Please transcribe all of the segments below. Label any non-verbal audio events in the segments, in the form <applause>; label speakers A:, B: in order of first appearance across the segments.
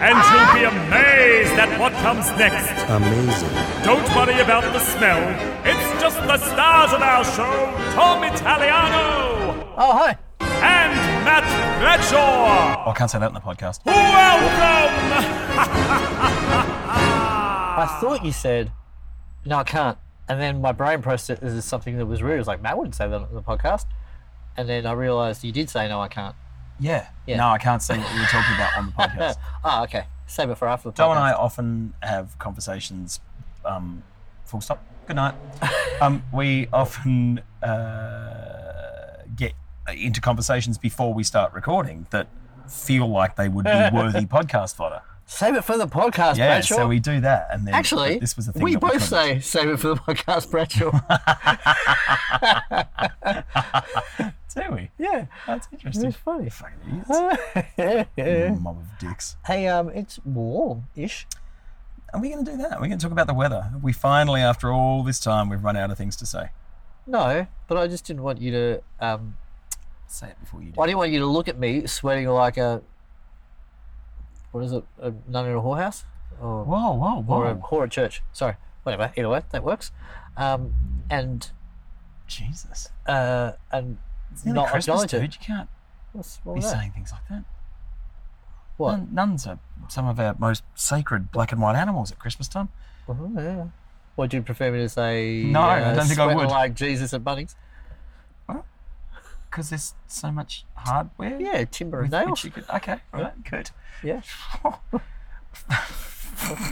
A: and you'll be amazed at what comes next.
B: Amazing.
A: Don't worry about the smell. It's just the stars of our show, Tom Italiano
C: Oh, hi.
A: and Matt Bradshaw.
B: Oh, I can't say that in the podcast.
A: Welcome!
C: I thought you said, no, I can't. And then my brain processed it as something that was rude. It was like, Matt wouldn't say that on the podcast. And then I realized you did say, no, I can't.
B: Yeah.
C: Yeah.
B: No, I can't say what you were talking about on
A: <laughs>
B: the podcast.
C: Ah, okay. Save it for after the podcast.
B: Joe and I often have conversations. Um, full stop. Good night. Um, we often uh, get into conversations before we start recording that feel like they
A: <laughs>
B: would be worthy podcast fodder.
C: Save it for the podcast,
B: Yeah.
C: Bradshaw.
B: So we do that, and then
C: Actually,
B: but this was the thing
C: we
B: that
C: both
B: couldn't.
C: say, save it for the
B: <laughs>
C: podcast, Bradshaw. <laughs>
B: Do we?
C: yeah.
B: That's interesting.
C: It's funny. <laughs>
B: Fucking idiots. Mob of dicks.
C: hey, um, it's warm-ish.
B: Are we going to do that? Are we going to talk about the weather? We finally, after all this time, we've run out of things to say.
C: No, but I just didn't want you to, um,
B: Say it before you do.
C: I didn't want you to look at me sweating like a, what is it, a nun in a whorehouse? Or
B: Whoa, whoa, whoa.
C: or Oh, a, or a church. Sorry, whatever. Either way, that works. Um, and
B: Jesus.
C: uh, and
B: It's nearly
C: not
B: Christmas,
C: acknowledge it.
B: dude. You can't
C: What's wrong
B: be
C: with that?
B: saying things like that.
C: What?
B: Nun- Nuns are some of our most sacred black and white animals at Christmas time.
C: Mhm, yeah. Or do you prefer me to say?
B: No, I
C: uh,
B: don't think I
C: sweating
B: would.
C: Like Jesus at Bunnings.
B: Because there's so much hardware.
C: Yeah, timber
B: with
C: and
B: which
C: nails.
B: you could, okay,
C: <laughs>
B: right, good. <laughs>
C: Yeah.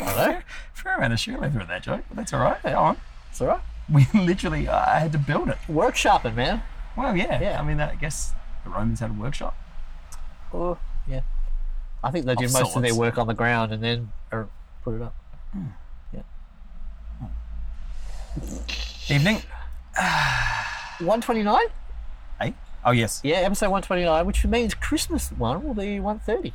B: fair, fair amount of shoe leather at that joke, but that's all right. Go on. <laughs>
C: It's all right.
B: We literally, uh, I had to build it.
C: Work sharpen, man.
B: Well, yeah.
C: Yeah.
B: I mean, that, I guess the Romans had a workshop.
C: Oh, yeah. I think they did
B: Of
C: most of their
B: sorts.
C: work on the ground and then er, put it up.
B: Evening.
C: One twenty nine.
B: Hey? Oh, yes.
C: Yeah, episode one twenty nine, which means Christmas one will be one thirty.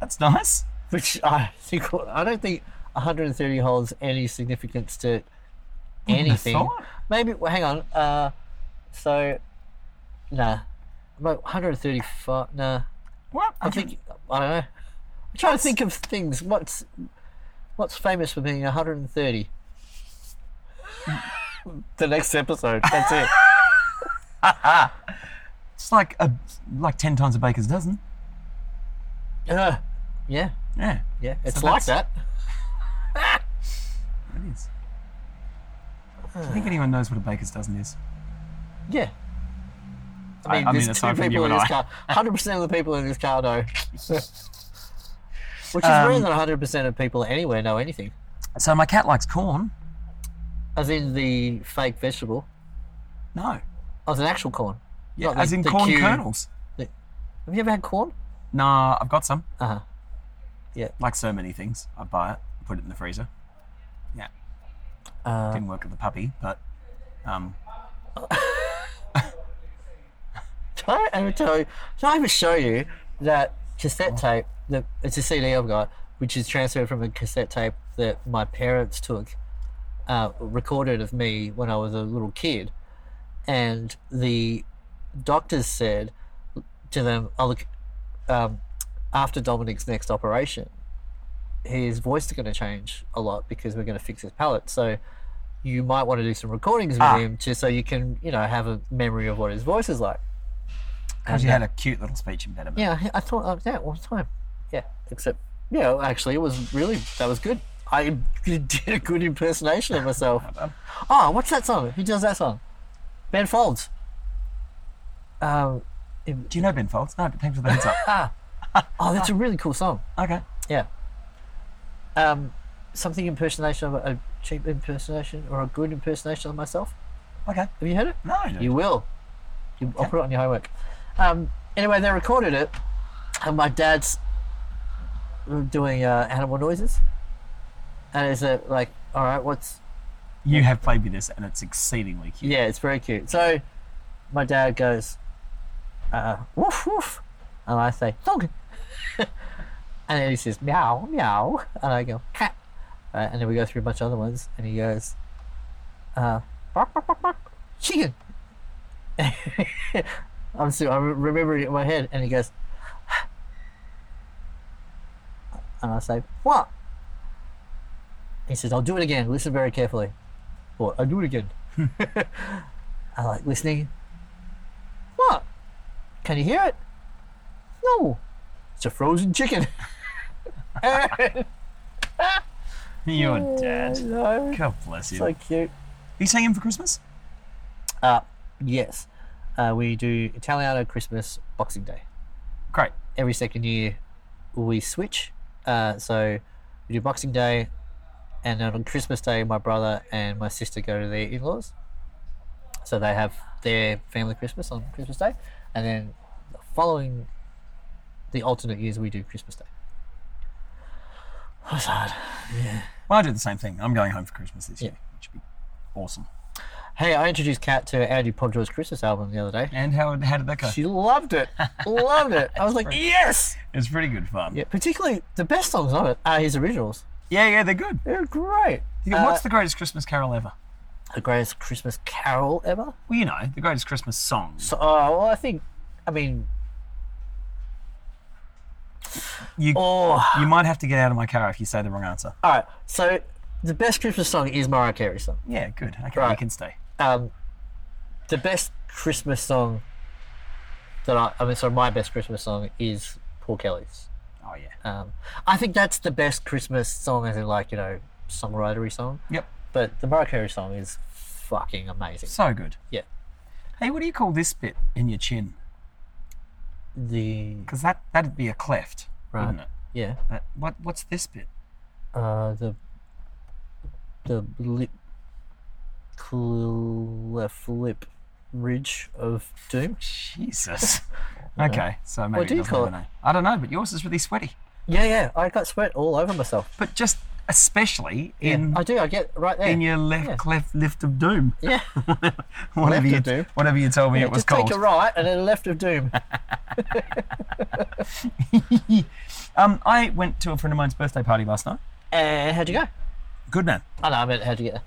B: That's nice.
C: which I think I don't think 130 holds any significance to
B: Wouldn't have
C: anything.
B: thought.
C: Maybe well, hang on. Uh, so nah, about 135. Nah,
B: What?
C: I think I don't know. I'm trying to think of things. What's what's famous for being 130? <laughs> the next episode. That's it.
B: It's like a like ten times a baker's dozen.
C: <laughs> Uh, yeah,
B: Yeah,
C: yeah. It's
B: So
C: like
B: that's-
C: that.
B: it is.
C: Uh.
B: Do you think anyone knows what a baker's dozen is?
C: Yeah.
B: I-
C: I mean,
B: I mean,
C: there's
B: aside
C: two
B: from you
C: people in
B: and
C: this
B: I.
C: car. 100% of the people in this
B: <laughs>
C: car know. Which is rare
B: Um,
C: that 100% of people anywhere know anything.
B: So my cat likes corn.
C: As in the fake vegetable.
B: No.
C: Oh, it's an actual corn.
B: Yeah,
C: Not the-
B: as in
C: the
B: corn
C: cue.
B: kernels.
C: Have you ever had corn?
B: Nah, I've got some.
C: Uh huh.
B: Like so many things, I buy it, put it in the freezer. Yeah.
C: Uh.
B: Didn't work with the puppy, but um,
C: Don't ever tell you. Don't ever show you that cassette tape. That it's a CD I've got, which is transferred from a cassette tape that my parents took, uh, recorded of me when I was a little kid, and the doctors said to them, "Oh look, um, after Dominic's next operation, his voice is going to change a lot because we're going to fix his palate. So." You might want to do some recordings with
B: Ah.
C: him just so you can, you know, have a memory of what his voice is like.
B: because you
C: And,
B: had a cute little speech impediment.
C: Yeah, I- I thought of that all the time. Yeah, except yeah, actually, it was really that was good. I <laughs> did a good impersonation of myself. Oh, what's that song? Who does that song? Ben Folds. Um,
B: Do you know Ben Folds? No, but thanks for the heads
C: <laughs>
B: up.
C: oh, that's a really cool song.
B: okay.
C: Yeah. Um, something impersonation of a cheap impersonation or a good impersonation of myself.
B: Okay.
C: Have you heard it?
B: No. dude.
C: You will. You, I'll put it on your homework. Um, anyway, they recorded it, and my dad's doing uh, animal noises, and it's uh, like, all right, what's
B: You have played me this, and it's exceedingly cute.
C: Yeah, it's very cute. So my dad goes, uh, woof woof. And I say, dog. <laughs> and then he says, meow, meow. And I go, cat. Right, and then we go through a bunch of other ones. And he goes, uh, bark, bark, bark, bark, chicken. <laughs> I'm still, I remember it in my head. And he goes, <sighs> and I say, what? He says, I'll do it again. Listen very carefully. Or I'll do it again. I like listening. What? Can you hear it? No. It's a frozen chicken. <laughs>
B: Your dad.
C: no.
B: God bless you.
C: So cute.
B: you seeing him for Christmas?
C: Uh, yes. Uh, we do Italiano Christmas Boxing Day.
B: Great.
C: Every second year, we switch. Uh, so we do Boxing Day, and then on Christmas Day, my brother and my sister go to their in laws. So they have their family Christmas on Christmas Day, and then the following the alternate years, we do Christmas Day. <sighs> That's hard.
B: Well, I do the same thing. I'm going home for Christmas this
C: Yeah.
B: year, which would be awesome.
C: Hey, I introduced Kat to Andy Podjoy's Christmas album the other day.
B: And how, how did that go?
C: She loved it. loved it. I was like, yes.
B: It's pretty good fun.
C: Yeah, particularly the best songs on it are his originals.
B: yeah, yeah, they're good.
C: They're great.
B: You go, What's
C: Uh,
B: the greatest Christmas carol ever?
C: the greatest Christmas carol ever?
B: Well, you know, the greatest Christmas song.
C: So, uh, well, I think, I mean,
B: you,
C: oh,
B: you might have to get out of my car if you say the wrong answer.
C: all right. So, the best Christmas song is Mariah Carey's song.
B: Yeah, good. Okay, you
C: Right.
B: can stay.
C: Um, the best Christmas song that I, I mean, sorry, my best Christmas song is Paul Kelly's.
B: Oh, yeah.
C: Um, I think that's the best Christmas song, as in like you know, songwritery song.
B: Yep.
C: But the Mariah Carey song is fucking amazing.
B: So good.
C: Yeah,
B: Hey, what do you call this bit in your chin?
C: the
B: Because that, that'd be a cleft,
C: Right.
B: wouldn't it?
C: yeah
B: That, what, what's this bit?
C: uh, the the lip clef lip ridge of doom.
B: Jesus.
C: <laughs>
B: okay, so maybe
C: What do
B: it
C: you
B: doesn't
C: call
B: have a name. I don't know, but yours is really sweaty.
C: Yeah, yeah. I got sweat all over myself.
B: But just especially
C: Yeah,
B: in
C: I do. I get right there.
B: in your left
C: Yeah.
B: cleft lift of doom. <laughs>
C: yeah.
B: whatever
C: Left
B: you
C: of doom?
B: whatever you told me
C: Yeah,
B: it was
C: just
B: called.
C: take a right and a left of doom.
B: <laughs> Um, I went to a friend of mine's birthday party last night.
C: and how'd you go?
B: Good man.
C: I know. I meant how'd you get there?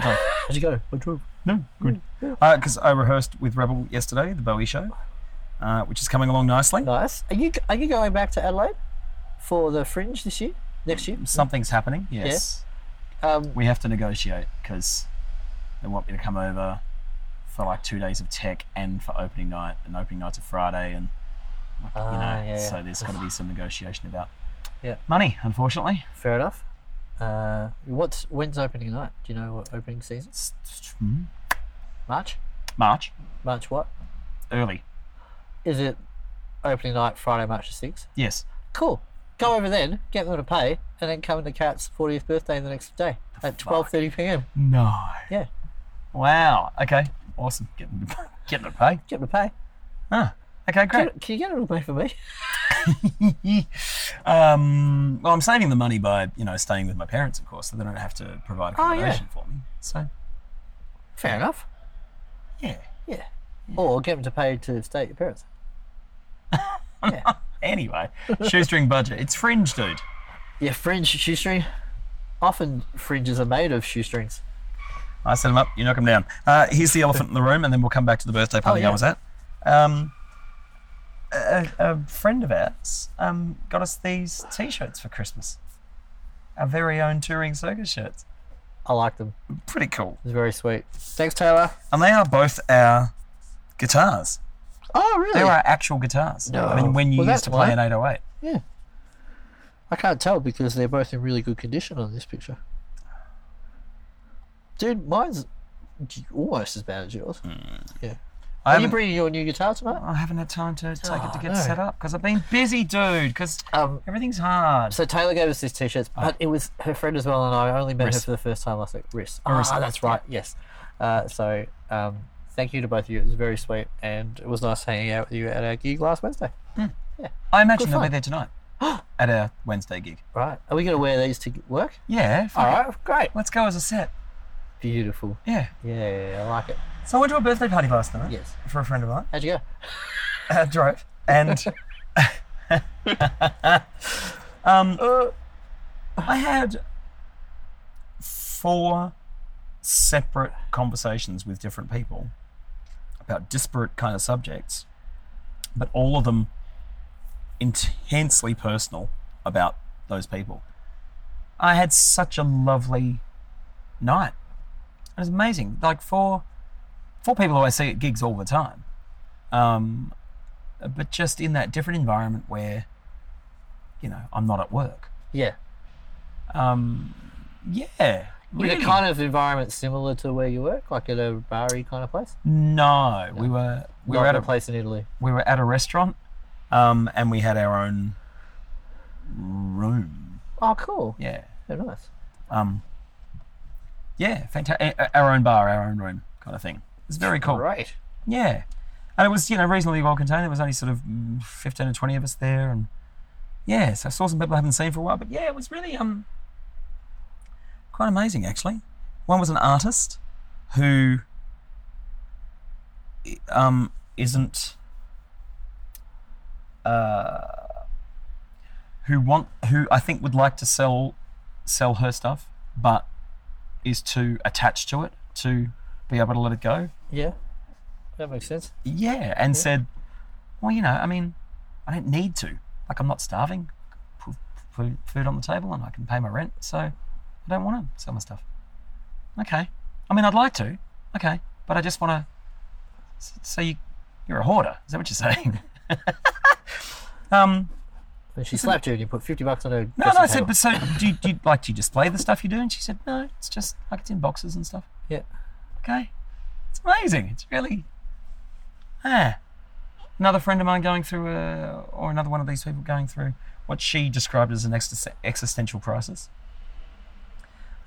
C: Oh, how'd you go? I drove.
B: No, good. Because Uh, I rehearsed with Rebel yesterday, the Bowie show, uh, which is coming along nicely.
C: Nice. Are you are you going back to Adelaide for the Fringe this year? Next year?
B: Something's happening. Yes.
C: Um,
B: We have to negotiate because they want me to come over for like two days of tech and for opening night, and opening night's a Friday, and you know,
C: ah, yeah,
B: so
C: yeah.
B: there's got to be some negotiation about
C: Yeah.
B: money, unfortunately.
C: Fair enough. Uh, what's when's opening night? Do you know what opening season?
B: It's- it's- hmm,
C: March.
B: March,
C: March what?
B: early.
C: Is it opening night Friday, March the sixth?
B: Yes.
C: Cool. Go over then, get them to pay, and then come to Cat's fortieth birthday the next day at twelve thirty p.m.
B: No.
C: Yeah,
B: Wow. Okay. Awesome. Getting getting to <laughs> pay.
C: get them to pay.
B: Huh. Okay. Great.
C: Can, can you get them to pay for me?
B: <laughs> um, well, I'm saving the money by you know staying with my parents, of course, so they don't have to provide
C: Oh, yeah.
B: accommodation for me. So
C: Fair enough.
B: yeah.
C: Yeah. Or get them to pay to stay at your parents.
B: Anyway, <laughs> shoestring budget. It's fringe, dude.
C: Yeah, fringe shoestring. Often fringes are made of shoestrings.
B: I set them up. You knock them down. Uh, here's the elephant in the room, and then we'll come back to the birthday party I
C: Oh, yeah.
B: was at. Um, a, a friend of ours um, got us these T-shirts for Christmas. Our very own touring circus shirts.
C: I like them.
B: Pretty cool.
C: It's very sweet. Thanks, Taylor.
B: And they are both our guitars.
C: Oh, really?
B: They are our actual guitars. I mean, when you
C: Oh. Well,
B: used
C: that's
B: to play oh
C: why.
B: an 808.
C: Yeah. I can't tell because they're both in really good condition on this picture. Dude, mine's g- almost as bad as yours. Yeah.
B: I
C: Are you
B: haven't,
C: bringing your new guitar tonight?
B: I haven't had time to take it to
C: Oh,
B: get
C: no.
B: set up because I've been busy, dude. Because
C: Um,
B: everything's hard.
C: so Taylor gave us these t-shirts, but it was her friend as well, and I only met her
B: Riss.
C: for the first time last week. Riss.
B: Riss.
C: Ah, that's right. Yes. Uh, so um, thank you to both of you. It was very sweet, and it was nice hanging out with you at our gig last Wednesday.
B: I imagine they'll be
C: fun.
B: there
C: <gasps>
B: tonight at our Wednesday gig.
C: Right. Are we going to wear these to work?
B: Yeah.
C: All
B: fuck it.
C: right. Great.
B: Let's go as a set.
C: Beautiful.
D: Yeah.
C: Yeah, I like it.
D: So I went to a birthday party last night
C: Yes.
D: for a friend of mine.
C: How'd you go?
D: uh, drove
B: <laughs>
D: and um, I had
B: four separate conversations with different people about disparate kind of subjects, but all of them intensely personal about those people. I had such a lovely night. It was amazing. Like four four people who I see at gigs all the time. Um, but just in that different environment where, you know, I'm not at work.
C: Yeah.
B: Um, yeah.
C: In a
B: really.
C: kind of environment similar to where you work, like at a bar-y kind of place?
B: No, we were we
C: Not
B: were at a
C: place in Italy.
B: we were at a restaurant, um, and we had our own room.
C: Oh, cool.
B: Yeah,
C: Yeah, nice.
B: um, yeah, fantastic. Our own bar, our own room, kind of thing. It's very cool.
C: Great.
B: Yeah, and it was you know reasonably well contained. There was only sort of mm, fifteen or twenty of us there, and yeah, so I saw some people I haven't seen for a while. But yeah, it was really um quite amazing actually. One was an artist who i- um isn't uh who want who I think would like to sell sell her stuff, but is too attached to it to be able to let it go
C: Yeah. That makes sense.
B: yeah, and said, well, you know, I mean, I don't need to. Like, I'm not starving. Put food, food on the table and I can pay my rent. So I don't want to sell my stuff. Okay. I mean, I'd like to. Okay. But I just want to. So you, you're a hoarder. Is that what you're saying? <laughs> um,
C: And she slapped you and you put 50 bucks on her
B: no, no. I
C: dressing
B: said,
C: table.
B: but so do you, do you like do you display the stuff you do? And she said, no, it's just like it's in boxes and stuff.
C: Yeah.
B: Okay. It's amazing. It's really. Ah. Another friend of mine going through, a, or another one of these people going through what she described as an exis- existential crisis.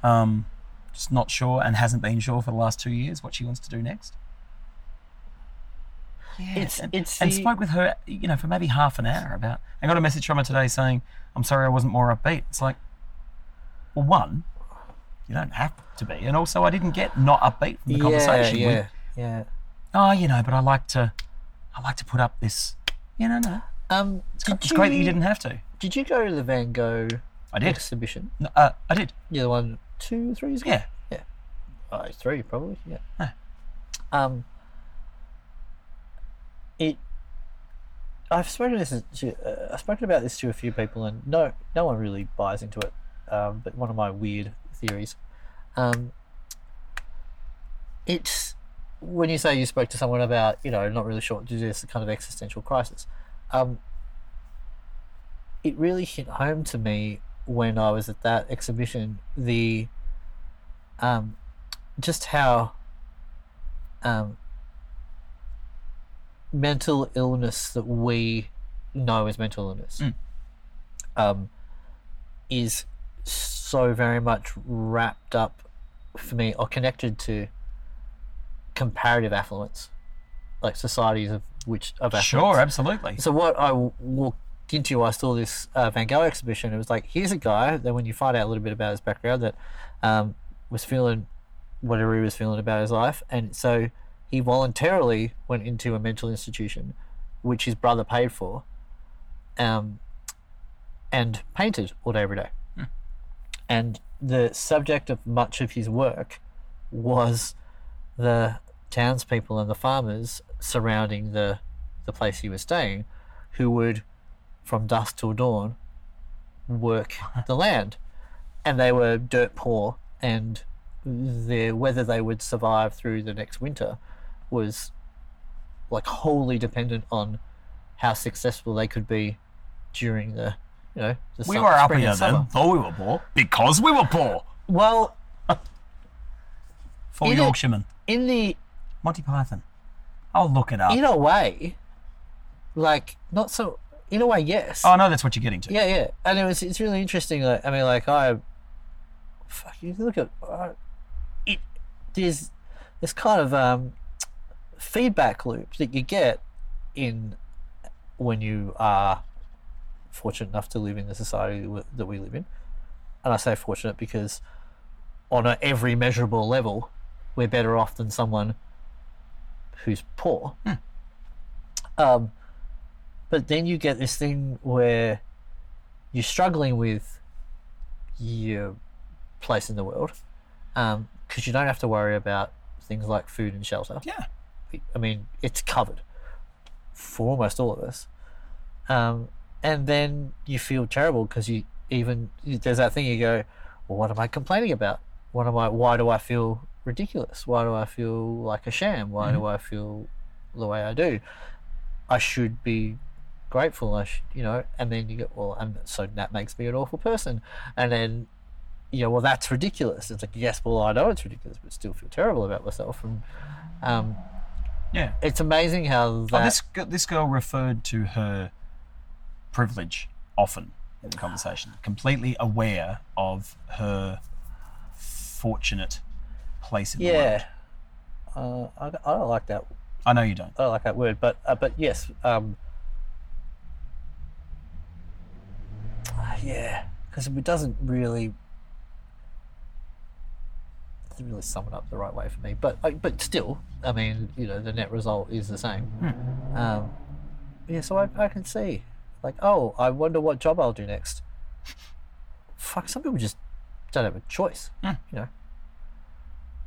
B: Um, just not sure and hasn't been sure for the last two years what she wants to do next.
C: It's,
B: And,
C: it's
B: and
C: the-
B: spoke with her, you know, for maybe half an hour about. I got a message from her today saying, "I'm sorry I wasn't more upbeat." It's like, well, one, you don't have to be, and also I didn't get not upbeat from the
C: yeah,
B: conversation. We-
C: Yeah, yeah.
B: oh, you know, but I like to, I like to put up this. You know, no,
C: Um, did
B: it's great that you
C: you-
B: didn't have to.
C: Did you go to the Van Gogh
B: I did.
C: exhibition?
B: No, uh, I did.
C: Yeah, the one two, three years ago?
B: Yeah.
C: Oh, it's three, probably. Yeah.
B: Huh.
C: Um. It. I've spoken this to. Uh, I've spoken about this to a few people, and no, no one really buys into it. Um, but one of my weird theories. Um. It's when you say you spoke to someone about you know not really sure what to do this kind of existential crisis. Um. It really hit home to me when I was at that exhibition. The um, just how um, mental illness that we know as mental illness um, is so very much wrapped up for me or connected to comparative affluence, like societies of which of affluence.
B: Sure, absolutely.
C: So what I w- walked into, I saw this uh, Van Gogh exhibition. It was like, here's a guy. Then when you find out a little bit about his background, that um, was feeling whatever he was feeling about his life, and so he voluntarily went into a mental institution, which his brother paid for, um, and painted all day every day. And the subject of much of his work was the townspeople and the farmers surrounding the the place he was staying, who would, from dusk till dawn, work the land, and they were dirt poor, and their whether they would survive through the next winter was like wholly dependent on how successful they could be during the you know the
B: We
C: sum-
B: were up
C: spring and
B: here
C: summer.
B: then, though we were poor, because we were poor.
C: Well,
B: For
C: You know-
B: Yorkshiremen.
C: in the
B: Monty Python. I'll look it up.
C: in a way, like not so in a way, yes.
B: oh, no, that's what you're getting to.
C: Yeah, yeah, and it was it's really interesting. Like, I mean, like I, fuck, you look at uh, it. There's this kind of um, feedback loop that you get in when you are fortunate enough to live in the society that we- that we live in, and I say fortunate because on a, every measurable level, we're better off than someone who's poor. Um, but then you get this thing where you're struggling with your place in the world because you don't have to worry about things like food and shelter.
B: Yeah.
C: I mean, it's covered for almost all of us. Um, and then you feel terrible because you even you- there's that thing you go, well, what am I complaining about? What am I? Why do I feel ridiculous? Why do I feel like a sham? Why do I feel the way I do? I should be grateful. I should, you know. And then you go, well, and so that makes me an awful person. And then you know, well, that's ridiculous. It's like, yes, well, I know it's ridiculous, but still feel terrible about myself. And um,
B: Yeah.
C: it's amazing how that.
B: Oh, this g- this girl referred to her privilege often in the conversation, completely aware of her fortunate place in the world.
C: yeah, uh, I, don't- I don't like that.
B: I know you don't.
C: I don't like that word, but uh, but yes, um, ah, yeah, because it doesn't really doesn't really sum it up the right way for me. But I but still, I mean, you know, the net result is the same. Um, yeah, so I, I can see, like, oh, I wonder what job I'll do next. Fuck, some people just don't have a choice, you know.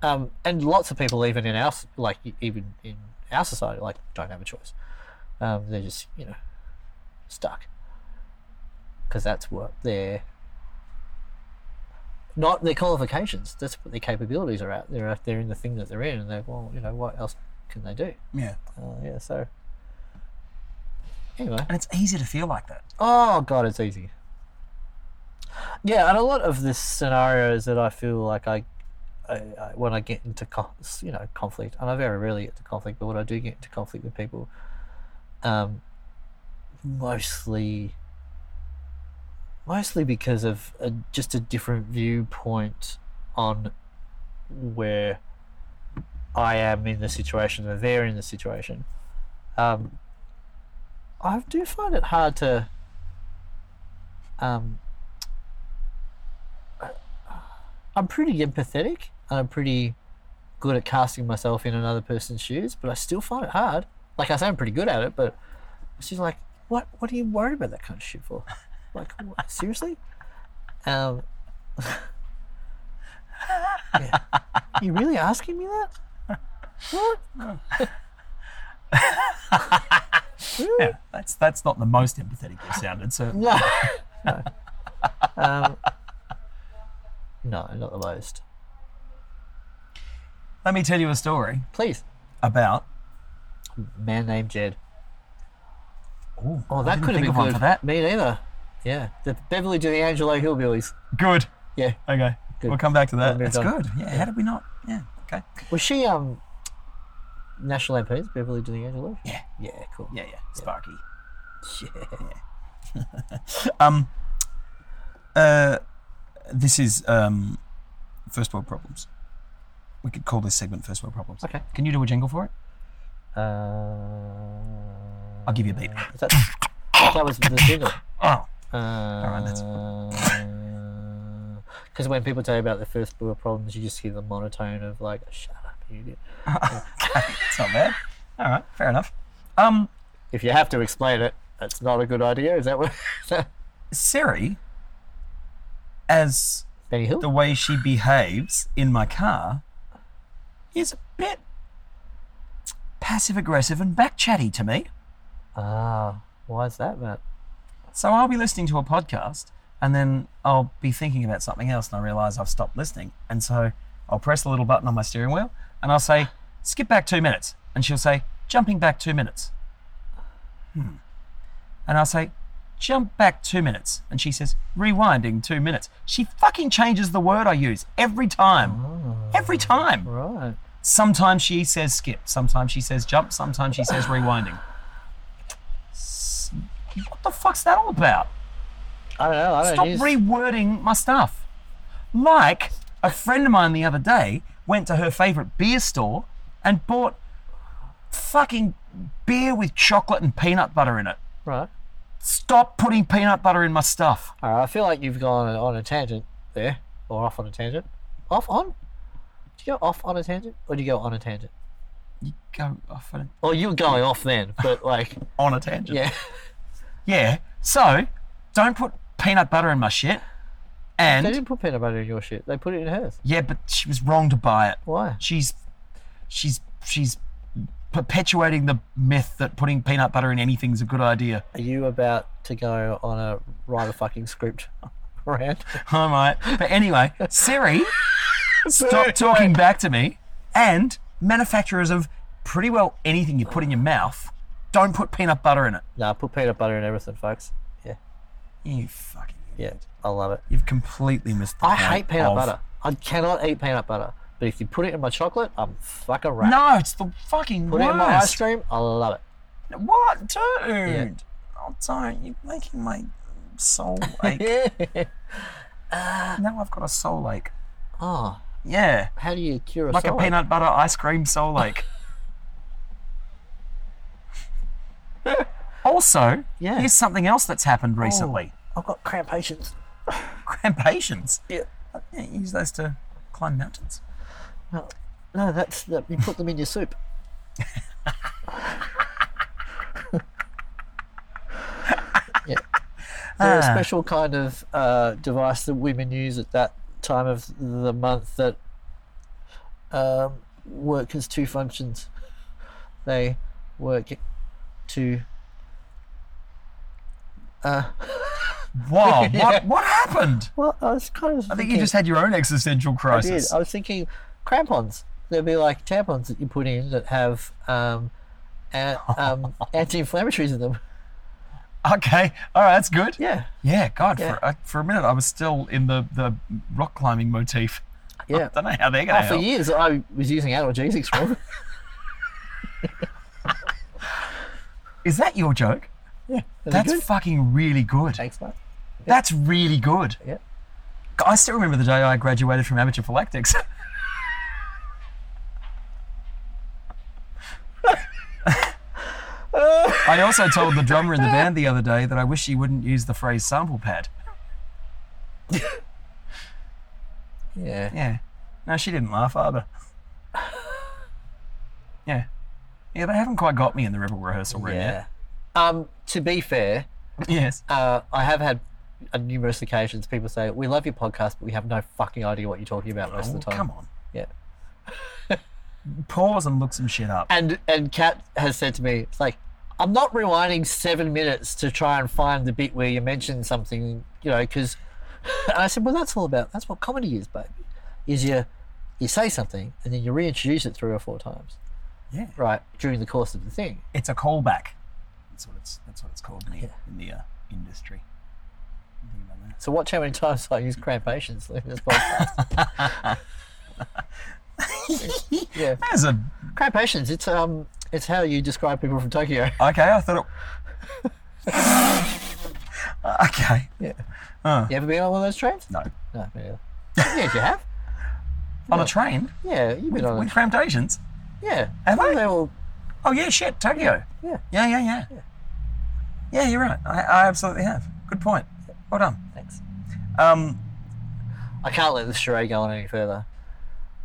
C: Um, and lots of people, even in our s- like e- even in our society, like don't have a choice. Um, they're just you know stuck because that's what their not their qualifications. That's what their capabilities are at. They're out there in the thing that they're in, and they're well, you know, what else can they do?
B: Yeah.
C: Uh, yeah, so. Anyway.
D: And it's easy to feel like that.
C: Oh, God, it's easy. Yeah, and a lot of this scenario is that I feel like I, I, I when I get into, co- you know, conflict, and I very rarely get into conflict, but when I do get into conflict with people, um, mostly, mostly because of a, just a different viewpoint on where I am in the situation or they're in the situation. Um, I do find it hard to. Um, I'm pretty empathetic and I'm pretty good at casting myself in another person's shoes, but I still find it hard. Like I say, I'm pretty good at it, but she's like, "What? What are you worried about that kind of shit for? Like, <laughs> what, seriously?" Um, <laughs> yeah. You really asking me that? What? Really?
B: Yeah. That's that's not the most empathetic you've sounded. So
C: No. <laughs> no. Um, no, not the most.
B: let me tell you a story
C: Please.
B: about.
C: Man named Jed.
B: Ooh,
C: Oh,
B: I
C: that
B: didn't
C: could have
B: think
C: been
B: of one
C: good.
B: for that.
C: Me neither. Yeah. The Beverly to the Angelo Hillbillies.
B: Good.
C: Yeah.
B: Okay.
C: Good.
B: We'll come back to that.
C: We'll move
B: That's
C: on.
B: good. Yeah. How did we not? Yeah. Okay.
C: Was she um National Lampoon's Beverly to the Angelo?
B: Yeah.
C: Yeah, cool.
B: Yeah. Yeah. Sparky.
C: Yeah.
B: <laughs> Um, uh, this is um, first world problems. We could call this segment first world problems.
C: Okay.
B: Can you do a jingle for it?
C: Uh,
B: I'll give you a beat.
C: is that, that was the single. Uh,
B: Oh, that's-
C: Because when people tell you about the first world problems, you just hear the monotone of like, "Shut up, you idiot."
B: it's not bad. All right, fair enough. Um,
C: If you have to explain it, that's not a good idea. Is that what? <laughs>
B: Siri, as
C: Benny Hill?
B: the way she behaves in my car, is a bit passive aggressive and back chatty to me.
C: Ah, why is that, Matt?
B: So I'll be listening to a podcast and then I'll be thinking about something else and I realize I've stopped listening. And so I'll press the little button on my steering wheel and I'll say, skip back two minutes. And she'll say, jumping back two minutes. Hmm. And I'll say, jump back two minutes. And she says, rewinding two minutes. She fucking changes the word I use every time. Every time.
C: Right.
B: Sometimes she says skip, sometimes she says jump, sometimes she says rewinding. S- What the fuck's that all about?
C: I don't know. I don't
B: Stop
C: use.
B: rewording my stuff. Like a friend of mine the other day went to her favorite beer store and bought fucking beer with chocolate and peanut butter in it.
C: right.
B: Stop putting peanut butter in my stuff.
C: All right. I feel like you've gone on a tangent there, or off on a tangent. off on? Do you go off on a tangent, or do you go on a tangent?
B: Go off on
C: Well, you were going off then, but <laughs> like,
B: a, on a tangent.
C: yeah,
B: Yeah. So don't put peanut butter in my shit.
C: they
B: And
C: didn't put peanut butter in your shit. They put it in hers.
B: yeah, but she was wrong to buy it.
C: Why?
B: She's she's she's perpetuating the myth that putting peanut butter in anything's a good idea.
C: Are you about to go on a write a fucking script <laughs> rant?
B: All right. But anyway, Siri stop talking back to me. And manufacturers of pretty well anything you put in your mouth, don't put peanut butter in it.
C: Nah, put peanut butter in everything, folks. Yeah,
B: You fucking
C: yeah, I love it.
B: You've completely missed the
C: I
B: point
C: hate peanut
B: of-
C: butter. I cannot eat peanut butter. But if you put it in my chocolate, I'm fucking right.
B: No, it's the fucking
C: put it
B: worst.
C: in my ice cream, I love it.
B: What, dude? Oh, don't. You're making my
C: <laughs>
B: soul ache. now I've got a soul ache.
C: oh,
B: Yeah,
C: how do you cure a
B: like
C: soul?
B: a peanut butter ice cream soul
C: <laughs>
B: ache. also,
C: Yeah. Oh.
B: here's something else that's happened recently. <laughs>
C: I've got crampations.
B: Crampations.
C: Yeah.
B: Yeah, you use those to climb mountains.
C: No, Uh, no, that's the, you put them in
B: <laughs>
C: your soup. yeah. They're a
B: Ah.
C: special kind of uh, device that women use at that time of the month that um, work as two functions. They work to <laughs>
B: Wow,
C: Yeah.
B: what, what happened?
C: well, I was kind of.
B: I think you just had your own existential
C: I did.
B: crisis.
C: I was thinking crampons. There'd be like tampons that you put in that have um, a, <laughs> um, anti-inflammatories in them.
B: Okay, all right, that's good.
C: Yeah,
B: Yeah, God,
C: Yeah.
B: For, uh, for a minute I was still in the, the rock climbing motif. <laughs>
C: yeah.
B: don't know how they're going
C: Oh,
B: to
C: for
B: help.
C: years, I was using analgesics for them.
B: Is that your joke?
C: <laughs> yeah,
B: That's fucking really good.
C: thanks, mate.
B: That's really good.
C: Yeah.
B: I still remember the day I graduated from amateur phylactics. <laughs> I also told the drummer in the band the other day that I wish he wouldn't use the phrase sample pad.
C: Yeah.
B: Yeah. No, she didn't laugh either. Yeah. Yeah, they haven't quite got me in the rebel rehearsal room
C: yeah. Um, to be fair,
B: yet. Yes.
C: uh, I have had on numerous occasions people say, "We love your podcast, but we have no fucking idea what you're talking about most of the time."
B: Oh, Come on.
C: Yeah.
B: Pause and look some shit up.
C: and and Kat has said to me, it's like, I'm not rewinding seven minutes to try and find the bit where you mentioned something, you know, because <laughs> I said, well, that's all about. That's what comedy is, baby. Is you you say something and then you reintroduce it three or four times,
B: Yeah.
C: right, during the course of the thing.
B: It's a callback. That's what it's. That's what it's called in the, in the uh, industry. Think about that.
C: So watch how many times I use crampations in this podcast. yeah,
B: There's a
C: crampations. It's um, it's how you describe people from Tokyo.
B: okay. I thought it. <laughs> okay.
C: Yeah. You ever been on one of those trains?
B: No.
C: No, me neither. yeah, you have.
B: On a train
C: Yeah, you've been on. a-
B: with cramptations.
C: Yeah.
B: Have
C: Well,
B: I?
C: They all,
B: Oh yeah, shit, Tokyo.
C: yeah.
B: Yeah, yeah, yeah. Yeah, you're right. I, I absolutely have. Good point. Well done.
C: Thanks.
B: Um,
C: I can't let this charade go on any further.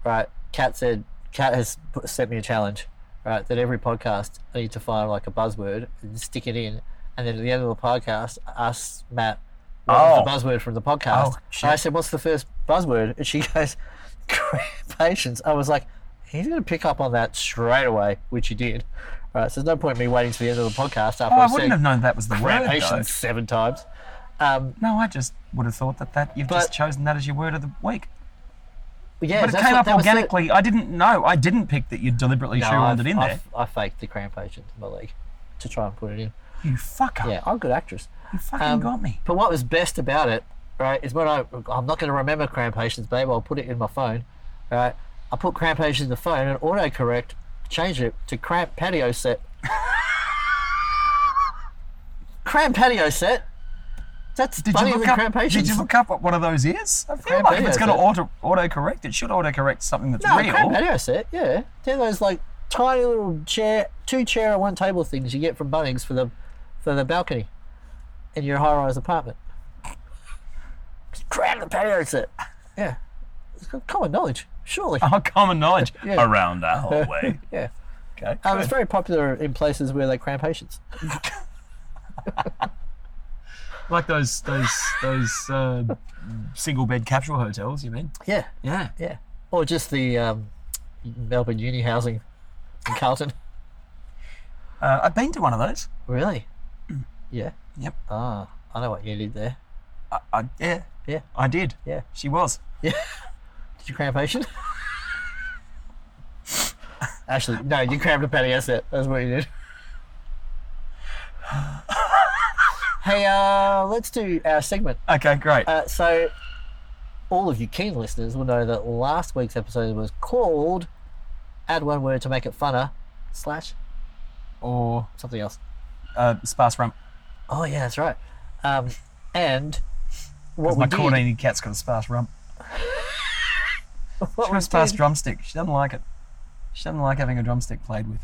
C: Right. Kat said, Kat has put, sent me a challenge, right, that every podcast I need to find like a buzzword and stick it in. And then at the end of the podcast, ask Matt, what was the buzzword from the podcast?
B: Oh, shit.
C: and I said, what's the first buzzword? And she <laughs> goes, patience. I was like, he's going to pick up on that straight away, which he did. Right. So there's no point in me waiting to the end of the podcast after
B: oh, I
C: I've
B: wouldn't
C: said
B: have known that was the word. though.
C: patience seven times. Um,
B: No, I just would have thought that, that you've just
C: But-
B: chosen that as your word of the week.
C: But yeah,
B: But it
C: that's
B: came
C: what-
B: up
C: that was the-
B: organically. I didn't know. I didn't pick that you deliberately
C: No,
B: shoehorned
C: I've-
B: it in there.
C: I've- I faked the cramp agent in my leg to try and put it in.
B: You fucker.
C: Yeah, I'm a good actress.
B: You fucking
C: Um,
B: got me.
C: But what was best about it, right, is when I, I'm not going to remember cramp patients, babe. I'll put it in my phone, right? I put cramp patients in the phone and autocorrect changed it to cramp
B: <laughs>
C: patio set. cramp patio set? That's
B: Did
C: funnier
B: you, look
C: than
B: up,
C: cramp
B: did
C: patients.
B: you look up what one of those is? I feel
C: Cramp
B: like if it's
C: patio
B: going to
C: set.
B: auto autocorrect, it should autocorrect something that's
C: no,
B: real.
C: cramp patio set, yeah. They're those like tiny little chair, two chair and one table things you get from Bunnings for the, for the balcony in your high rise apartment. Just grab the patio set. Yeah. common knowledge,
B: <laughs>
C: surely.
B: Our common knowledge
C: Yeah.
B: around our
C: <laughs>
B: hallway.
C: Yeah.
B: Okay.
C: Um, it's very popular in places where they cram patients.
B: like those those those uh, single bed capsule hotels. You mean?
C: Yeah.
B: Yeah.
C: Yeah. Or just the um, Melbourne uni housing in Carlton.
B: Uh, I've been to one of those.
C: Really? Yeah.
B: Yep.
C: Ah, I know what you did there.
B: I, I, yeah.
C: Yeah.
B: I did.
C: Yeah.
B: She was.
C: Did you cram a patient? Actually, no, you crammed a petty asset. That's what you did. hey, uh, let's do our segment.
B: Okay. Great.
C: Uh, so, all of you keen listeners will know that last week's episode was called Add One Word to Make It Funner, slash
B: or
C: something else.
B: uh, sparse rump.
C: Oh, yeah, that's right. Um, and what we
B: My
C: did,
B: Cornini cat's got a sparse rump.
C: <laughs> what
B: She
C: we
B: got a sparse
C: did-
B: drumstick. She doesn't like it. She doesn't like having a drumstick played with.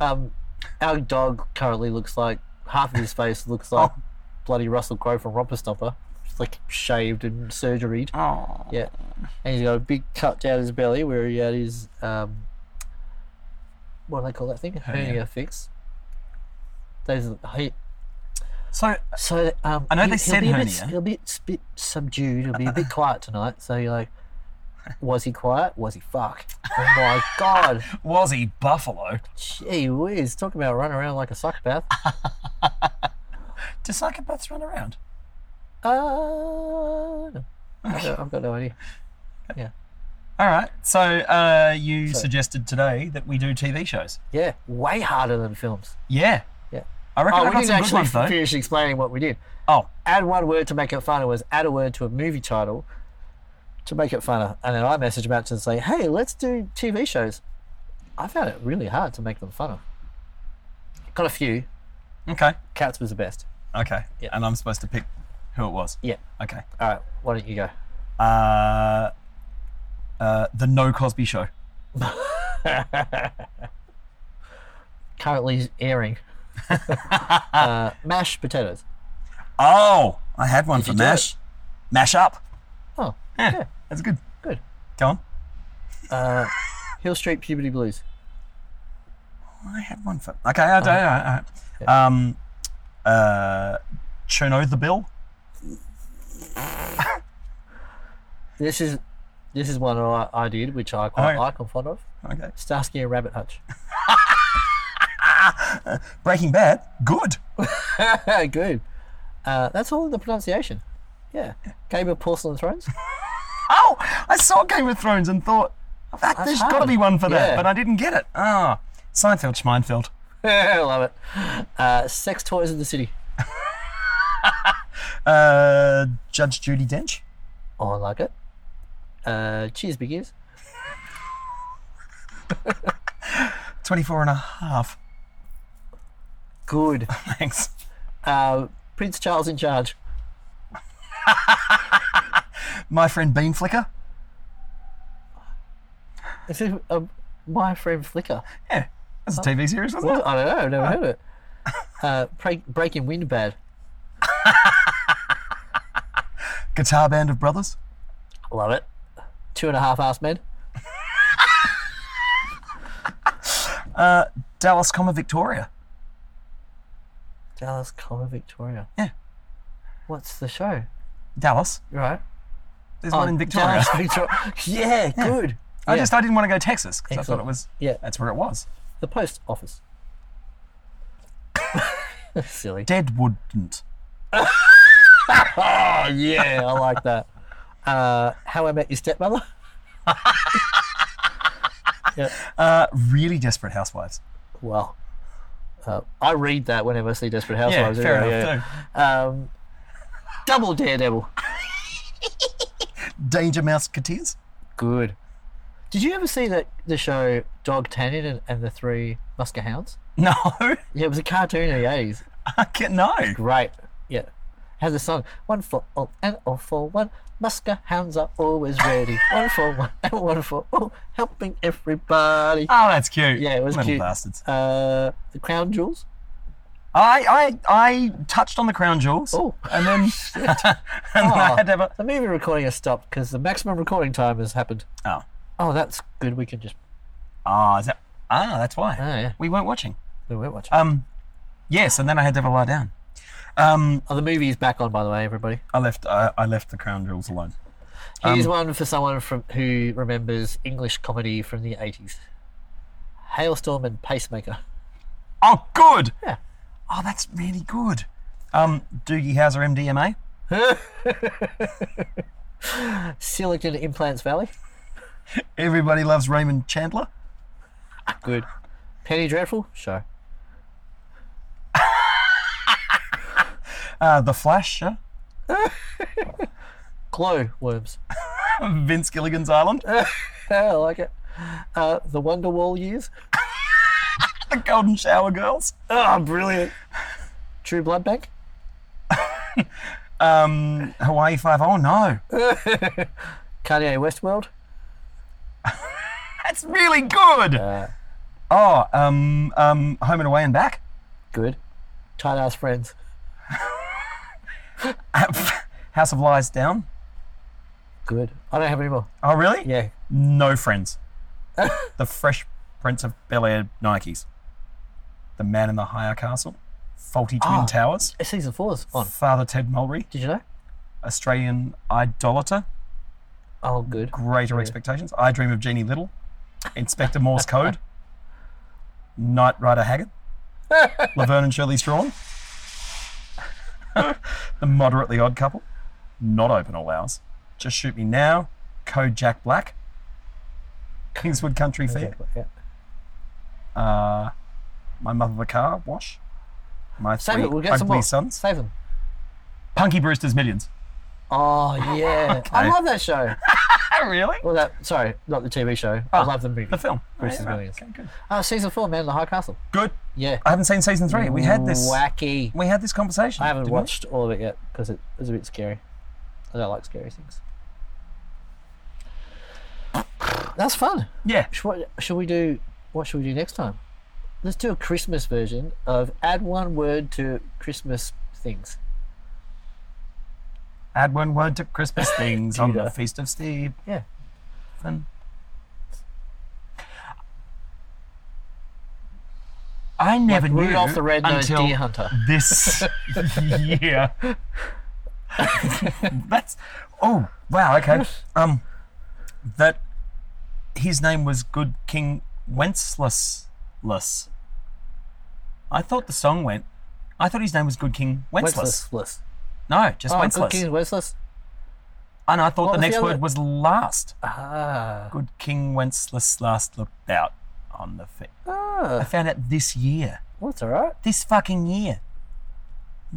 C: um, our dog currently looks like half of his
B: <laughs>
C: face looks
B: Oh.
C: like bloody Russell Crowe from Romper Stomper. It's like shaved and surgeried.
B: Oh.
C: Yeah, and he's got a big cut down his belly where he had his um, what do they call that thing? Hernia, fix. Those are- he,
B: So
C: so um,
B: I know
C: he-
B: they
C: he'll
B: said
C: be a bit,
B: hernia.
C: He'll be a s- bit subdued. He'll be
B: <laughs>
C: a bit quiet tonight. So you're like, was he quiet? Was he fuck? Oh my
B: <laughs>
C: god!
B: was he buffalo?
C: Gee whiz! Talking about running around like a psychopath.
B: Do psychopaths run around?
C: Uh, no. I've got- I've got no idea.
B: All right. So uh, you
C: So-
B: suggested today that we do TV shows.
C: Yeah, way harder than films.
B: Yeah.
C: Yeah.
B: I reckon
C: Oh,
B: I
C: we
B: got
C: didn't
B: some good
C: actually
B: ones though.
C: finish explaining what we did.
B: Oh,
C: Add one word to make it funner was add a word to a movie title to make it funner. And then I message Matt and say, hey, let's do TV shows. I found it really hard to make them funner. Got a few.
B: okay.
C: Cats was the best.
B: Okay. And I'm supposed to pick who it was.
C: Yeah.
B: Okay.
C: All right, why don't you go?
B: Uh, uh, the No Cosby Show.
C: Currently
B: <laughs>
C: airing. uh, mashed potatoes.
B: Oh, I had one for
C: you do
B: Mash. Mash up.
C: Oh,
B: Yeah, that's good.
C: good.
B: Go on.
C: Hill Street Puberty Blues.
B: I had one for. Okay, I don't.
C: Uh-huh.
B: I, I- Um, uh, Cherno the Bill.
C: This is this is one I, I did, which I quite
B: Oh.
C: like. I'm fond of
B: Okay.
C: Starsky and Rabbit Hutch.
B: Breaking Bad. Good.
C: Good. Uh, that's all in the pronunciation. Yeah. Game of Porcelain Thrones. <laughs>
B: <laughs> Oh, I saw Game of Thrones and thought, "Oh, that, there's got to
C: hard.
B: be one for that,
C: Yeah.
B: but I didn't get it. Ah, Seinfeld, Schmeinfeld.
C: Love it. Uh, sex toys in the city.
B: Uh, Judge Judy Dench.
C: Oh, I like it. Uh, cheers, big ears.
B: 24 and a half. <laughs>
C: Good.
B: Thanks.
C: Uh, Prince Charles in charge.
B: My friend Bean Flicker.
C: Is it uh, my friend Flicker?
B: Yeah, that's a TV series, wasn't
C: What?
B: it?
C: I don't know. I've never heard of it. Uh, break, breaking wind bad.
B: Guitar Band of Brothers.
C: Love it. Two and a half ass men.
B: Dallas, comma Victoria.
C: Dallas, comma Victoria.
B: Yeah.
C: What's the show?
B: Dallas.
C: Right.
B: There's one in Victoria.
C: Oh, Dallas, Victoria. yeah, good.
B: <laughs> I
C: Yeah.
B: just I didn't want to go Texas because I thought it
C: Excellent.
B: was
C: Yeah.
B: that's where it was.
C: The post office. <laughs> Silly.
B: Dead wouldn't.
C: Oh yeah, I like that. Uh, how I met your stepmother.
B: <laughs>
C: yeah.
B: Uh, really desperate housewives.
C: Well, uh, I read that whenever I see Desperate
B: Yeah,
C: Housewives.
B: fair
C: anyway,
B: enough
C: yeah. Um, double Daredevil.
B: too. Danger Mouse Cateers.
C: Good. Did you ever see that the show Dog Tannin and, and the Three Musker Hounds?
B: <laughs> No, <laughs>
C: Yeah, it was a cartoon in the eighties.
B: I can't. No.
C: Right. Yeah. Has a song. One for all and all for one. Musker hounds are always ready. one for one and one for all, helping everybody.
B: Oh, that's cute.
C: Yeah, it was
B: Little
C: cute.
B: bastards.
C: Uh, the crown jewels.
B: I, I, I touched on the crown jewels,
C: Oh.
B: and
C: <laughs>
B: then, <laughs> and then I had to have a.
C: The movie recording has stopped because the maximum recording time has happened.
B: Oh,
C: Oh, that's good. We can just.
B: ah, is that? Ah, that's why.
C: Oh, yeah.
B: We weren't watching.
C: We won't watch. it.
B: Um, yes, and then I had to have a lie down. Um,
C: oh, the movie is back on, by the way, everybody.
B: I left. I, I left the crown jewels alone.
C: Here's one for someone from who remembers English comedy from the 80s Hailstorm and Pacemaker.
B: Oh, good.
C: Yeah.
B: Oh, that's really good. Um, Doogie Howser, MDMA.
C: Silicon Implants Valley.
B: Everybody loves Raymond Chandler.
C: Good. Penny Dreadful? Sure.
B: Uh, the Flash. yeah.
C: Glow Worms. <laughs>
B: Vince Gilligan's Island.
C: I like it. Uh, the Wonder Wall years.
B: the Golden Shower Girls.
C: Oh, brilliant. True Blood Bank.
B: Um, Hawaii Five O. No,
C: Kanye Westworld.
B: that's really
C: Uh,
B: good. oh, um, um, Home and Away and Back. <laughs>
C: Good. Tight Ass Friends.
B: House of Lies down.
C: Good. I don't have any more.
B: Oh, really?
C: Yeah.
B: No friends. <laughs> the Fresh Prince of Bel Air Nikes. The Man in the Higher Castle. Faulty Twin
C: Oh.
B: Towers.
C: Season four's on.
B: Father Ted Mulry.
C: Did you know?
B: Australian Idolater.
C: Oh, good.
B: Greater Expectations. I Dream of Jeannie Little. Inspector Morse Code. Knight Rider
C: <laughs>
B: Haggard. Laverne and Shirley Strawn. <laughs> the Moderately Odd Couple. Not open all hours. Just Shoot Me Now. Code Jack Black. Kingswood Country Fair.
C: Yeah.
B: uh, my mother the car wash, my
C: Save
B: three
C: it. We'll get
B: ugly
C: some more.
B: sons,
C: Save them.
B: Punky Brewster's Millions. <laughs>
C: Oh, yeah. I
B: Okay.
C: love that show.
B: Oh, really?
C: Well, that, sorry, not the TV show. I love the movie.
B: Ah, The film.
C: Brewster's
B: Yeah, right.
C: Millions.
B: Okay, good.
C: Oh, season four, Man in the High Castle.
B: Good.
C: Yeah.
B: I haven't seen season three. We had this.
C: Wacky.
B: We had this conversation.
C: I haven't
B: didn't we?
C: watched all of it yet because it was a bit scary. I don't like scary things. That's fun.
B: Yeah.
C: Sh- What should we do? What should we do next time? Let's do a Christmas version of add one word to Christmas things.
B: Add one word to
C: <laughs>
B: Christmas things on the
C: Judah.
B: feast of Steve.
C: Yeah.
B: And I never knew
C: Rudolph the Red-Nosed
B: until
C: Deer Hunter.
B: this
C: <laughs>
B: year. That's oh wow okay um that his name was Good King Wenceslas. I thought the song went. I thought his name was Good King Wenceslas.
C: Wenceslas.
B: No, just
C: Oh,
B: Wenceslas.
C: Good King Wenceslas.
B: And I thought
C: What
B: the
C: was the
B: next
C: other-
B: word was last.
C: Ah.
B: Good King Wenceslas last looked out on the fe I
C: Ah.
B: found out this year.
C: Well, that's all right.
B: This fucking year.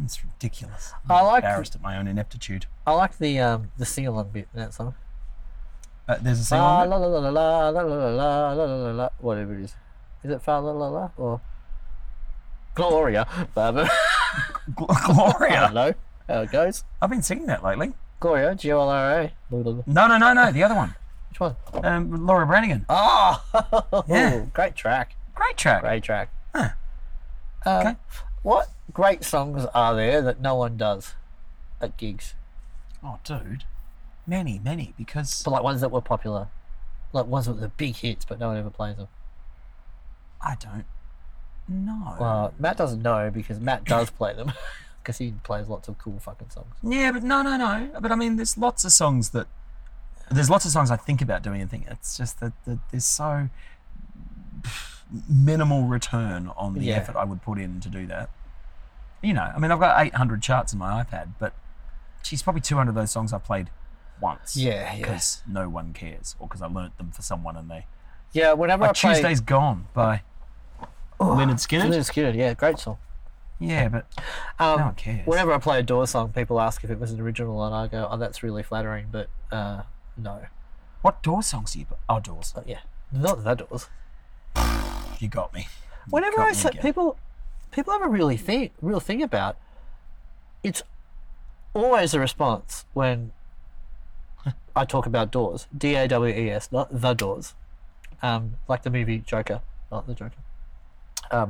B: It's ridiculous. I'm
C: I like-
B: embarrassed at my own ineptitude.
C: I like the um the sing along bit in that song.
B: Uh, there's a song. on
C: Fa la la la la la la la la la la la la la whatever it is. Is it fa la la la or Gloria? Baba.
B: it. Gl-
C: I <laughs> don't
B: Gloria.
C: know how it goes.
B: I've been singing that lately.
C: Gloria, G O L R A. Which
B: No, no, no, no. The other one.
C: one?
B: Um, Laura Branigan.
C: Oh,
B: Yeah.
C: great track.
B: Great track.
C: Great track. Um,
B: Okay.
C: What great songs are there that no one does at gigs?
B: Oh, dude. Many, many, because
C: So like ones that were popular, like ones that were big hits, but no one ever plays them.
B: I don't know.
C: Well, Matt doesn't know because Matt does play them because he plays lots of cool fucking songs.
B: Yeah, but no, no, no. But I mean, there's lots of songs that there's lots of songs I think about doing and think it's just that, that there's so minimal return on the
C: Yeah.
B: effort I would put in to do that. You know, I mean, I've got 800 charts in my iPad, but she's probably 200 of those songs I played once.
C: Yeah, yeah.
B: Because no one cares, or because I learnt them for someone and they.
C: Yeah, whenever
B: Like
C: I play
B: Oh, Tuesday's Gone by Leonard Skinner.
C: Leonard Skinner, yeah, great song.
B: Yeah, but
C: Um,
B: no one cares.
C: Whenever I play a Doors song, people ask if it was an original, and I go, "Oh, that's really flattering," but uh, no,
B: What Doors songs do you. Oh, Doors.
C: but yeah, not the Doors.
B: You got me.
C: Whenever
B: got
C: I
B: me
C: say
B: again.
C: people, people have a really thing, real thing about. It's always a response when I talk about Doors, D A W E S, not the Doors, um, like the movie Joker, not the Joker. Um,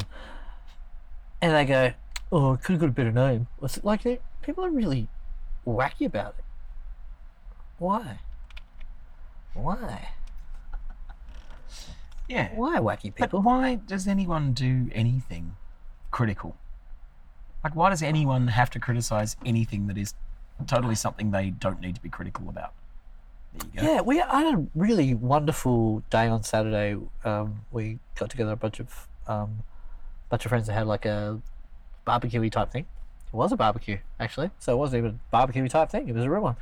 C: and they go, Oh, it could have got a better name. Was it like that? People are really wacky about it. Why? Why?
B: Yeah.
C: Why wacky
B: But
C: people?
B: why does anyone do anything critical? Like, why does anyone have to criticize anything that is totally something they don't need to be critical about? There you go.
C: Yeah, we had a really wonderful day on Saturday. Um, we got together a bunch of um, bunch of friends that had like a barbecue type thing. It was a barbecue actually, so it wasn't even a barbecue type thing. It was a real one,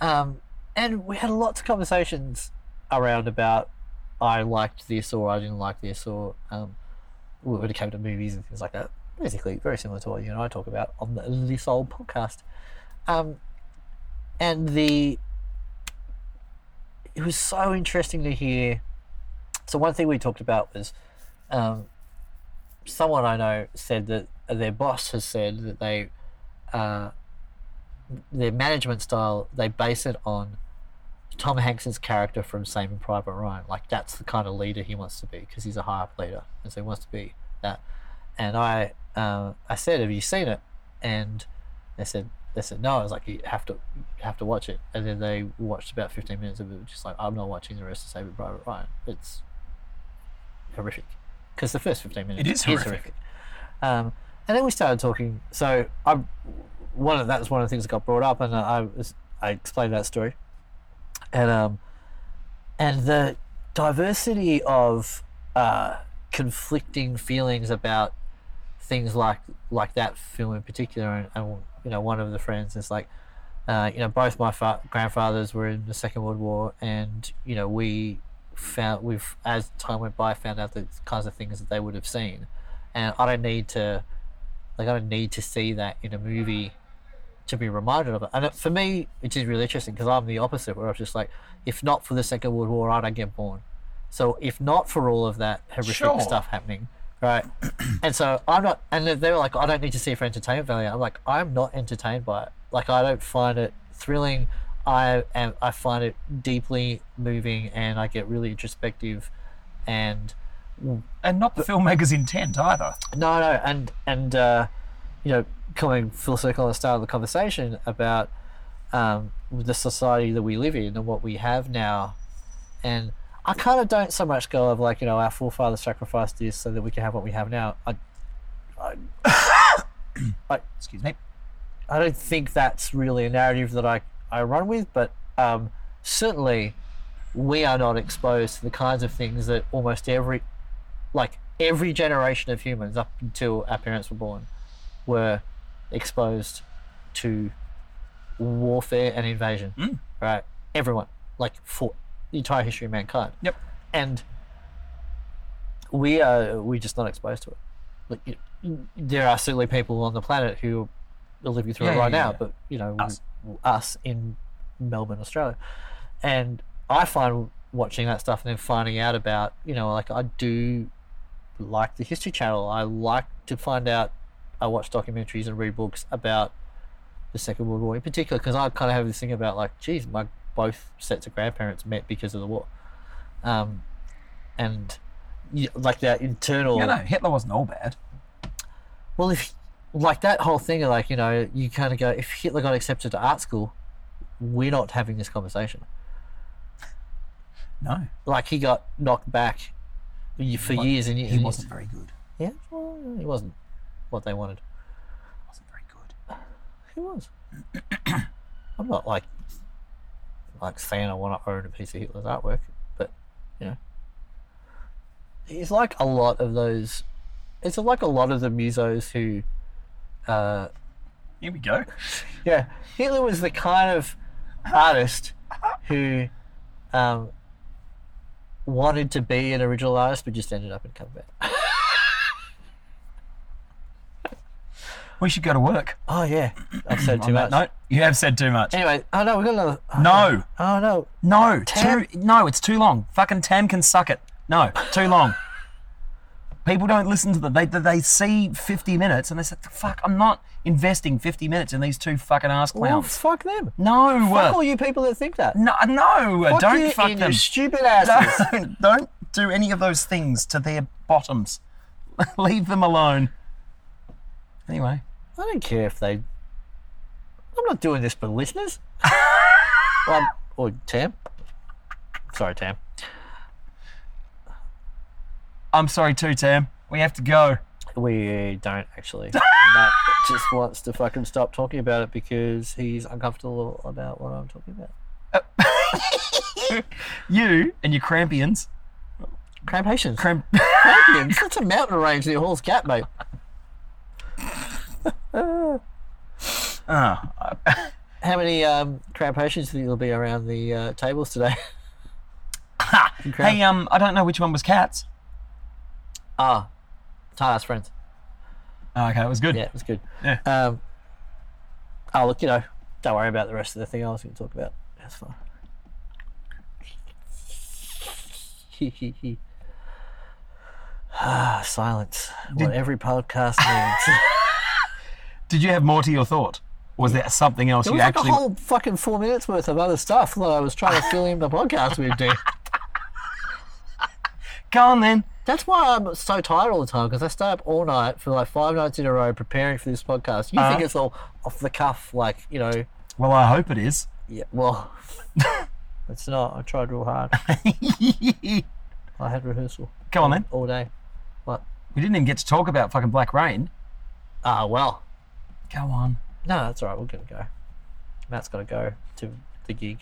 C: um, and we had lots of conversations around about I liked this or I didn't like this or um, when it came to movies and things like that. Basically, very similar to what you and I talk about on the, this old podcast. Um, and the it was so interesting to hear. So one thing we talked about was um, someone I know said that uh, their boss has said that they uh, their management style they base it on Tom Hanks's character from Saving Private Ryan. Like that's the kind of leader he wants to be because he's a high up leader, and so he wants to be that. And I uh, I said, have you seen it? And they said they said no. I was like, you have to you have to watch it. And then they watched about fifteen minutes of it, just like I'm not watching the rest of Saving Private Ryan. It's horrific because the first fifteen minutes
B: It is horrific.
C: Um, and then we started talking. So I one of that was one of the things that got brought up, and I was I explained that story, and um, and the diversity of uh, conflicting feelings about things like like that film in particular, and, and you know, one of the friends is like, uh, you know, both my fa- grandfathers were in the Second World War, and you know, we found we've as time went by found out the kinds of things that they would have seen, and I don't need to, like, I don't need to see that in a movie to be reminded of it. And it, for me, it is really interesting because I'm the opposite, where I was just like, if not for the Second World War, I don't get born. So if not for all of that horrific
B: Sure.
C: stuff happening, right? and so I'm not, and they- they were like, I don't need to see it for entertainment value. I'm like, I'm not entertained by it. Like, I don't find it thrilling. I am, I find it deeply moving, and I get really introspective, and
B: And not the filmmaker's intent either.
C: no, no, and and uh, you know, coming full circle at the start of the conversation about um, the society that we live in and what we have now, and I kind of don't so much go of like you know our forefathers sacrificed this so that we can have what we have now. I,
B: Excuse me.
C: I don't think that's really a narrative that I, I run with, but um, certainly we are not exposed to the kinds of things that almost every, like every generation of humans up until our parents were born, were exposed to warfare and invasion. Right? Everyone, like for the entire history of mankind.
B: Yep.
C: And we are we're just not exposed to it. Like, you there are certainly people on the planet who are living through
B: Yeah,
C: it
B: yeah,
C: right
B: yeah,
C: now,
B: yeah.
C: but you know,
B: Us.
C: w- us in Melbourne, Australia, and I find watching that stuff and then finding out about you know, like I do like the History Channel. I like to find out. I watch documentaries and read books about the Second World War in particular because I kind of have this thing about like, geez, my both sets of grandparents met because of the war, um, and you, like that internal.
B: No, no, Hitler wasn't all bad.
C: Well, if like that whole thing, of like you know, you kind of go, if Hitler got accepted to art school, we're not having this conversation.
B: No,
C: Like he got knocked back y- for years and years.
B: he
C: and
B: wasn't very good.
C: Years. Yeah, well, he wasn't what they wanted.
B: Wasn't very good.
C: He was. <coughs> I'm not like like saying I want to own a piece of Hitler's artwork, but you know, it's like a lot of those. It's like a lot of the musos who. Uh,
B: Here we go.
C: Yeah, Hitler was the kind of artist who um, wanted to be an original artist, but just ended up in cover band.
B: We should go to work.
C: Oh yeah,
B: <coughs>
C: I've said too
B: On
C: much.
B: that note, you have said too much.
C: Anyway, oh no, we got another. Oh,
B: No.
C: Oh no.
B: No,
C: Tam-
B: too, no, it's too long. Fucking Tam can suck it. No, too long. People don't listen to them. They, they, they see 50 minutes and they say, fuck, I'm not investing 50 minutes in these two fucking ass
C: Well,
B: clowns.
C: fuck them.
B: no,
C: Fuck all you people that think that.
B: no, no,
C: Fuck
B: don't
C: you
B: fuck
C: and
B: them. <laughs>
C: Your stupid asses.
B: don't, don't do <laughs> any of those things to their bottoms. Leave them alone. Anyway,
C: I don't care if they. I'm not doing this for <laughs> listeners. um, or Tam. Sorry, Tam.
B: I'm sorry too, Tam. We have to go.
C: We don't <laughs> actually. Matt just wants to fucking stop talking about it because he's uncomfortable about what I'm talking about.
B: You and your crampions.
C: Crampations.
B: Cramp. <laughs>
C: Crampions? <laughs> That's a mountain range near Hall's Gap, mate.
B: Ah,
C: How many um, crampations do you think will be around the uh, tables today? <laughs>
B: ha.
C: Cramp-
B: Hey, um, I don't know which one was cats.
C: Ah, Tarnas friends.
B: Oh, okay, it was good.
C: Yeah, it was good.
B: Yeah.
C: Um, oh, look, you know, don't worry about the rest of the thing I was going to talk about. That's fine. ah, silence. What every podcast
B: <laughs>
C: needs.
B: Did you have more to your thought? Or was there something else
C: It
B: you
C: was like
B: actually?
C: a whole fucking four minutes worth of other stuff that I was trying to fill in the podcast we do.
B: Go on then.
C: That's why I'm so tired all the time because I stay up all night for like five nights in a row preparing for this podcast. You
B: Uh-huh.
C: think it's all off the cuff, like you know?
B: Well, I hope it is. <laughs>
C: Yeah. Well, <laughs> it's not. I tried real hard. I had rehearsal
B: Go on then.
C: all day. What?
B: We didn't even get to talk about fucking Black Rain.
C: Ah, well.
B: Go on. <laughs>
C: No, that's all right. We're gonna go. Matt's gotta go to the gig.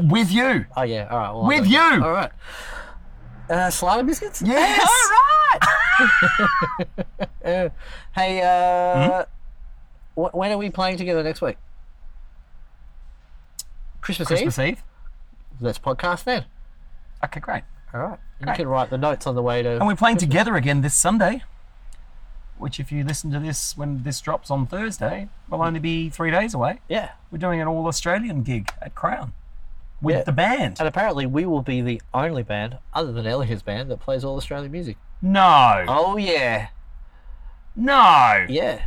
B: With you.
C: Oh yeah. All right. Well, I
B: With
C: gotta go.
B: you!
C: All right. Uh, slider biscuits.
B: Yes. All right.
C: <laughs> Hey, uh,
B: Hmm?
C: wh- when are we playing together next week? Christmas,
B: Christmas
C: Eve.
B: Eve.
C: Let's podcast then.
B: Okay, great.
C: All right. And
B: Great.
C: You can write the notes on the way to.
B: And we're playing together again this Sunday. Which, if you listen to this when this drops on Thursday, will only be three days away.
C: yeah.
B: We're doing an all Australian gig at Crown with
C: Yeah.
B: the band.
C: And apparently, we will be the only band, other than Elliot's band, that plays all Australian music.
B: No,
C: Oh yeah,
B: no.
C: yeah.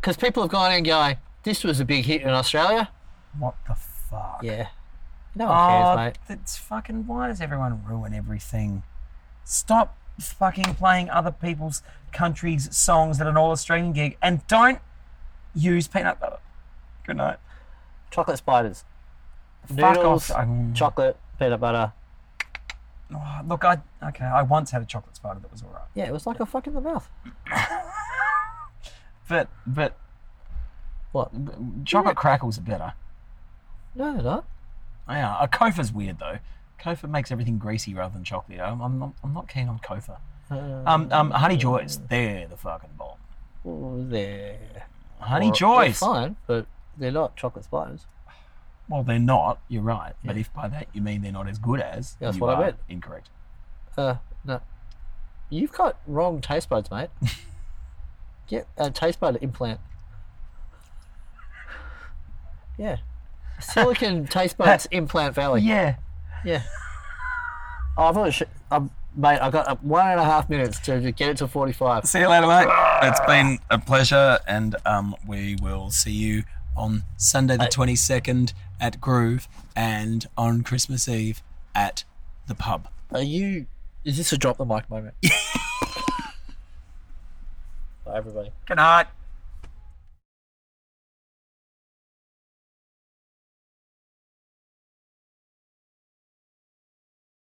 C: Because people have gone in going, "This was a big hit in Australia."
B: What the fuck?
C: Yeah. No one cares,
B: Oh,
C: mate.
B: that's fucking. Why does everyone ruin everything? Stop fucking playing other people's countries' songs at an all Australian gig and don't use peanut butter. Good night.
C: Chocolate spiders.
B: Fuck
C: Noodles,
B: off. Um,
C: chocolate, peanut butter.
B: oh, look, I okay. I once had a chocolate spider that was alright,
C: Yeah, it was like a fuck in the mouth.
B: but but
C: What?
B: chocolate crackles are better.
C: No, they're not.
B: Yeah, a kofa's weird though. Kofa makes everything greasy rather than chocolatey. I'm, I'm, not, I'm not keen on kofa. Um, um, honey joys,
C: Uh,
B: they're the fucking bomb.
C: Oh, they're
B: Honey
C: Or-
B: joys.
C: They're fine, but they're not chocolate spiders.
B: Well, they're not. You're right. But if by that you mean they're not as good as,
C: That's
B: you
C: what I
B: are
C: meant.
B: Incorrect.
C: Uh, no. You've got wrong taste buds, mate. Get a taste bud implant. Yeah. Silicon taste buds implant valley.
B: Yeah.
C: Yeah. Oh, I've always, um, mate, I've got uh, one and a half minutes to to get it to 45.
B: See you later, mate. It's been a pleasure, and um, we will see you on Sunday the twenty second at Groove, and on Christmas Eve at the pub.
C: Are you, is this a drop the mic moment? Bye, everybody.
B: Good night.